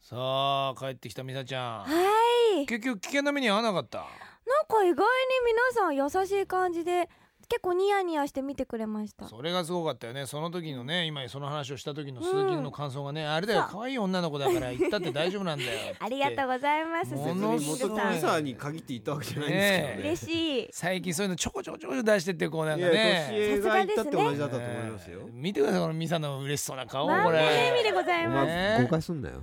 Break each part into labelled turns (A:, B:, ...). A: さあ帰ってきたミサちゃん
B: はい
A: 結局危険な目に遭わなかった
B: なんか意外に皆さん優しい感じで結構ニヤニヤして見てくれました
A: それがすごかったよねその時のね今その話をした時の鈴木の感想がね、あれだよ可愛い女の子だから行ったって大丈夫なんだ よ
B: ありがとう
A: う
B: ございますス
A: も
B: ズ
A: の
B: リン
A: す
B: グ
A: ご
B: さ
A: い
B: ん
A: ね
C: さに限っていたわけじゃないんで
B: 嬉
C: す
B: しい
A: 最近そういうのちょこちょこちょこちょこ出してってるこうな
C: けど
A: ん
C: ね。い
A: か
C: や、
A: ね
C: 年がいったって同じだったと思いますよ。
A: えー見てくださいこのミサの嬉しそうな顔こ
B: ワンコネミ
A: れ
B: でござい
C: お
B: ます
A: ね
C: 前誤解すんなよ。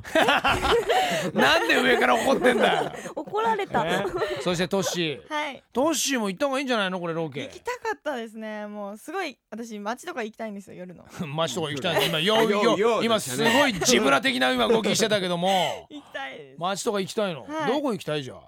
A: なんで上から怒ってんだ、
B: 怒られた、
A: ね そしてトッシー
D: はい
A: トッシーも行った方がいいんじゃないのこれロケ
D: 行きたかったですねもうすごい私街とか行きたいんですよ夜の
A: マシとか行きたいね今よ
C: よ
A: よ
C: よ
A: 今
C: ですしたね
A: ごいジブラ的な今動きしてたけども
D: 行きたいです、
A: マシとか行きたいの、
D: はい
A: どこ行きたいじゃん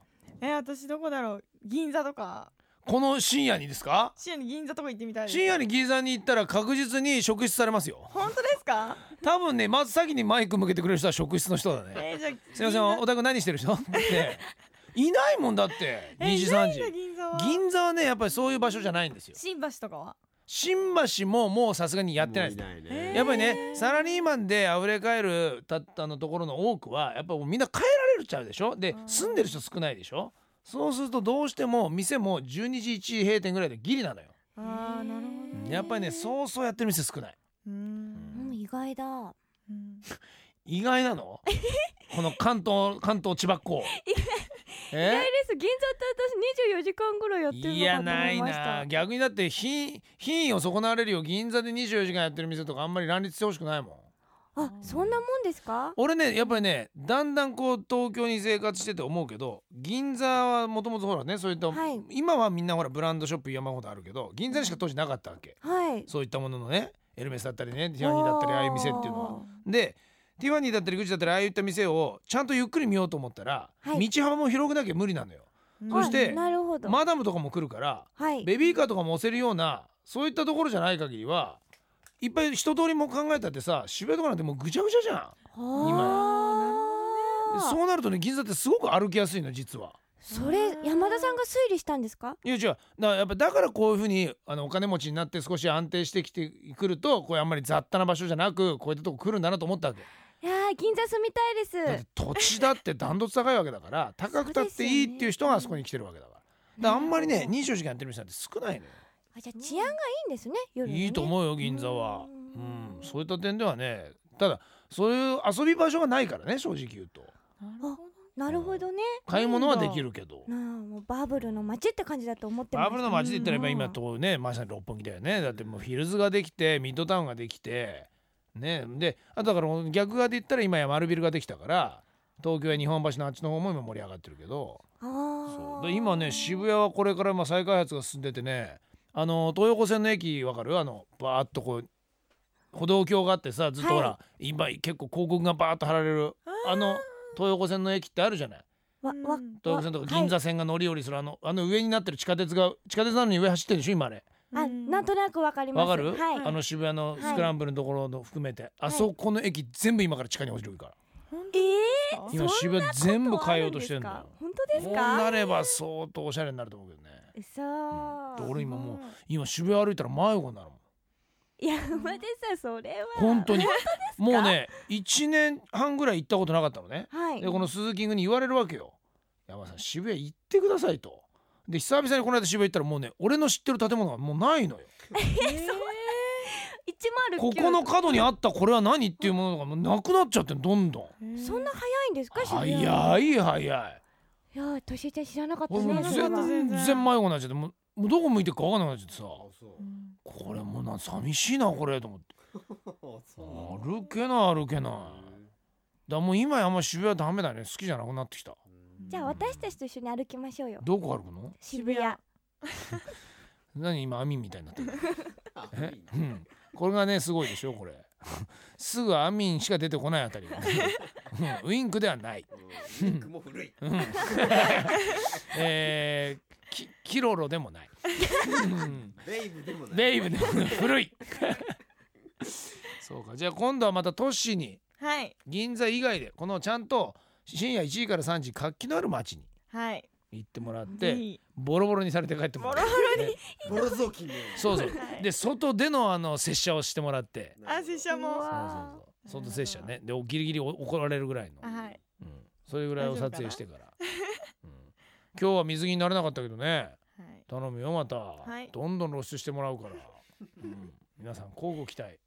D: え私どこだろう銀座とか
A: この深夜にですか
D: 深夜に銀座とか行ってみたいです
A: 深夜に銀座に行ったら確実に職質されますよ
D: 本当です か
A: 多分ねまず先にマイク向けてくれる人は職質の人だね
D: えー、じゃあ
A: すいませんお宅何してる人 っていないもんだって2時3時
D: 銀座えーいないんだ銀座は
A: 銀座はねやっぱりそういう場所じゃないんですよ
D: 新橋とかは
A: 新橋ももうさすがにやってないです
C: もうい
D: えー
A: やっぱりねサラリーマンであふれかえるたったのところの多くはやっぱもうみんな帰られるちゃうでしょで
D: ん
A: 住んでる人少ないでしょそうするとどうしても店も12時1時閉店ぐらいでギリなのよ
D: あーなるほどね
A: やっぱりねそうそうやってる店少ないう
D: ーん
B: うん、意外だ
D: うん
A: 意外なのこの関東関東千葉っ子
B: 意
A: え
B: 外です銀座って私24時間ぐらいやってる
A: い
B: のか
A: や
B: と思
A: ないい
B: ました
A: な逆にだって品品位を損なわれるよ銀座で24時間やってる店とかあんまり乱立してほしくないもん
B: あそんなもんですか
A: 俺ねやっぱりねだんだんこう東京に生活してて思うけど銀座はもともとほらねそういった、
B: はい
A: 今はみんなほらブランドショップ山ほどあるけど銀座にしか当時なかったわけ
B: はい
A: そういったもののねエルメスだったりねティファニーだったりああいう店っていうのは。でティファニーだったりグッチだったりああいった店をちゃんとゆっくり見ようと思ったら、
B: はい
A: 道幅も広くなきゃ無理なのよ。
D: うん
A: そして
B: あなるほど、
A: マダムとかも来るから
B: はい
A: ベビーカーとかも押せるようなそういったところじゃない限りはいっぱい一通りも考えたってさ渋谷とかなんてもうぐちゃぐちゃじゃん。
B: あ
A: で
B: ー
A: そうなるとね銀座ってすごく歩きやすいの実は。
B: それ山田さんが推理したんですか
A: いや違うだからやっぱだからこういうふうにあのお金持ちになって少し安定してきてくるとこうあんまり雑多な場所じゃなくこういったとこ来るんだなと思ったわけ。
B: いやー銀座住みたい
A: だっ
B: です
A: て土地だって断トツ高いわけだ から高くたっていいっていう人があそこに来てるわけだから。だからあんまりね24時間やってる店なんて少ないのよ。
B: あじゃあ治安がいいんですね夜のね
A: いいと思うよ銀座は。うんそういった点ではねただそういう遊び場所がないからね正直言うと
B: なるほどね
A: 買い物はできるけど。
B: なあもうバブルの街って感じだと思ってまし
A: バ
B: た
A: ブルの街で言ったらやっぱ今
B: うん
A: とねまさに六本木だよねだってもうヒルズができてミッドタウンができてねであとだから逆側で言ったら今や丸ビルができたから東京や日本橋のあっちの方も今盛り上がってるけど
B: あ
A: そう
B: ー
A: で今ね渋谷はこれからまあ再開発が進んでてねあの東横線の駅わかるあのバーっとこう歩道橋があってさずっとほら、
B: は
A: 今結構広告がバーっと貼られるあの東横線の駅ってあるじゃない
B: わ
D: うん
B: わ
A: 東横線とか銀座線が乗り降りするあの,、あの上になってる地下鉄が地下鉄なのに上走ってるでしょ今あれ
B: あなんとなくわかります
A: わかる、
B: はい
A: あの渋谷のスクランブルのところの含めて、あ
B: い
A: そこの駅全部今から地下に落ちるから、
B: え
D: あ
A: 今
B: そん
A: 渋谷全部変えようとしてるん
B: ん
A: だ
B: だ
A: よ
B: 本当です
A: こうな
B: か
A: れば相当おしゃれになると思うけどねで
B: そう
A: 俺今もう今渋谷歩いたら迷子になるもん
B: 山田さんそれは
A: 本当にもうね1年半ぐらい行ったことなかったのね
B: はい
A: でこの鈴木君に言われるわけよ山田さん渋谷行ってくださいとで久々にこの間渋谷行ったらもうね俺の知ってる建物がもうないのよ
B: 109
A: ここの角にあったこれは何っていうものがもうなくなっちゃってんどんどん
B: そんな早いんですか渋
A: 早
B: 谷
A: い
B: い
A: 早い
B: やーとしえちゃん知らなかった
A: 俺も
B: ね
A: う
B: それは
A: 全然迷子になっちゃってもうもうどこ向いてるか分かんなくなっちゃってさ
D: うん
A: これもうな寂しいなこれと思って
C: そう
A: 歩けない歩けないだからもう今やあんま渋谷ダメだね好きじゃなくなってきた
B: じゃあ私たちと一緒に歩きましょうよ
A: どこ歩くの
B: 渋谷
A: 何今網みたいになってるえ、うん、これがねすごいでしょこれ すぐアミンしか出てこないあたりがね、うんウインクではない、
C: も古い。
A: うんえー、キキロロでもない、うん
C: ベイブでもない。
A: ベイブでもない古いそうかじゃあ今度はまた都市に
D: はい
A: 銀座以外でこのちゃんと深夜1時から3時活気のある街に
D: はい
A: 行ってもらっ
D: ぜ
A: て
D: ひ
A: ボロボロにされて帰ってもらう
D: ボ
A: ね
C: ボロ雑巾のように
A: そうそう
D: はい
A: で外でのあの拙者をしてもらって
D: あ拙者
B: う
D: も
B: わ
A: そうそうそう外拙者ねでおギリギリお怒られるぐらいの
D: はい
A: それぐらいを撮影してから、うん、今日は水着になれなかったけどね
D: はい
A: 頼むよまた、
D: はい
A: どんどん露出してもらうから、うん、皆さん交互期待